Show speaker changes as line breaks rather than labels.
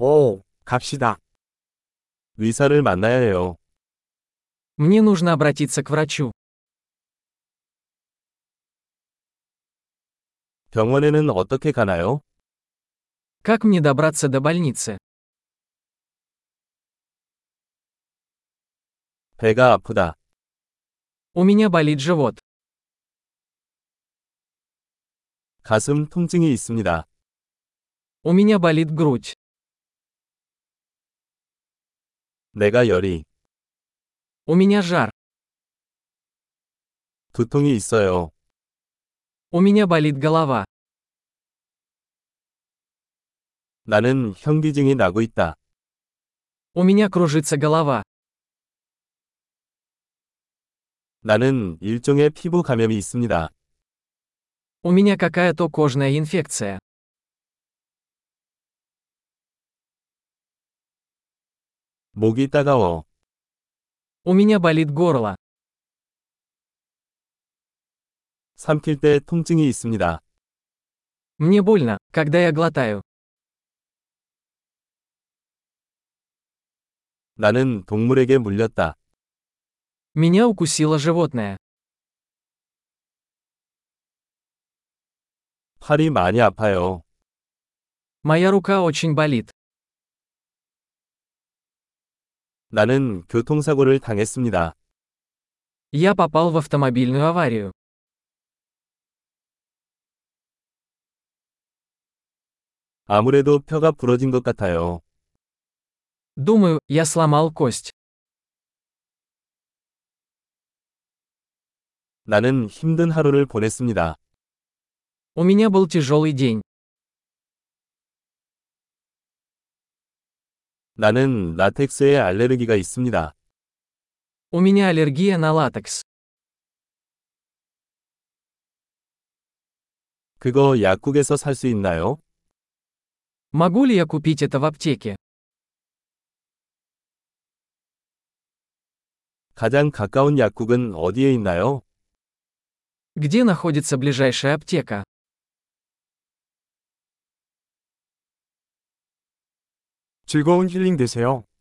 오, 갑시다.
의사를 만나야 해요.
Мне нужно обратиться к врачу.
병원에는 어떻게 가나요?
Как мне добраться до больницы?
배가 아프다.
У меня болит живот.
가슴 통증이 있습니다.
У меня болит грудь.
내가 열이,
У меня жар.
두통이 있어요.
У меня болит голова.
나는 현기증이 나고 있다.
У меня кружится голова.
나는 일종의 피부 감염이 있습니다.
У меня какая-то кожная инфекция.
목이 따가워.
У меня болит горло.
삼킬 때 통증이 있습니다.
Мне больно, когда я глотаю.
나는 동물에게 물렸다.
Меня укусило животное.
팔이 많이 아파요.
Моя рука очень болит.
나는 교통사고를 당했습니다.
Я попал в автомобильную аварию.
아무래도 뼈가 부러진 것 같아요.
Думаю, я сломал кость.
나는 힘든 하루를 보냈습니다.
У меня был тяжелый день.
나는 라텍스에 알레르기가 있습니다.
У меня аллергия на латекс.
그거 약국에서 살 수 있나요?
Могу ли я купить это в аптеке?
가장 가까운 약국은 어디에 있나요?
Где находится ближайшая аптека?
즐거운 힐링 되세요.